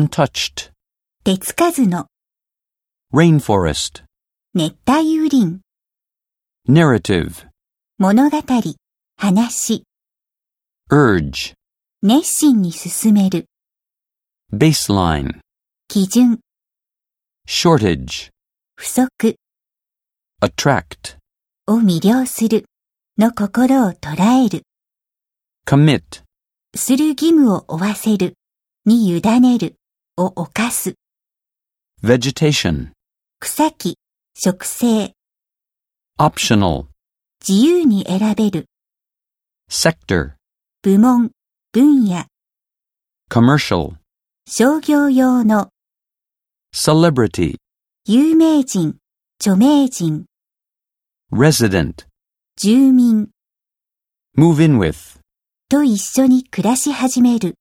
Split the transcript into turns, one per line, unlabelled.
untouched,
手つかずの
rainforest,
熱帯雨林、
narrative,
物語、話、
urge,
熱心に進める、
baseline,
基準、
shortage,
不足
attract,
を魅了するの心を捉える、
commit,
する義務を負わせるに委ねるを犯す、
vegetation,
草木、植生、
optional,
自由に選べる、
sector,
部門、分野、
commercial,
商業用の
celebrity,
有名人、著名人、
resident,
住民
move in with.
と一緒に暮らし始める。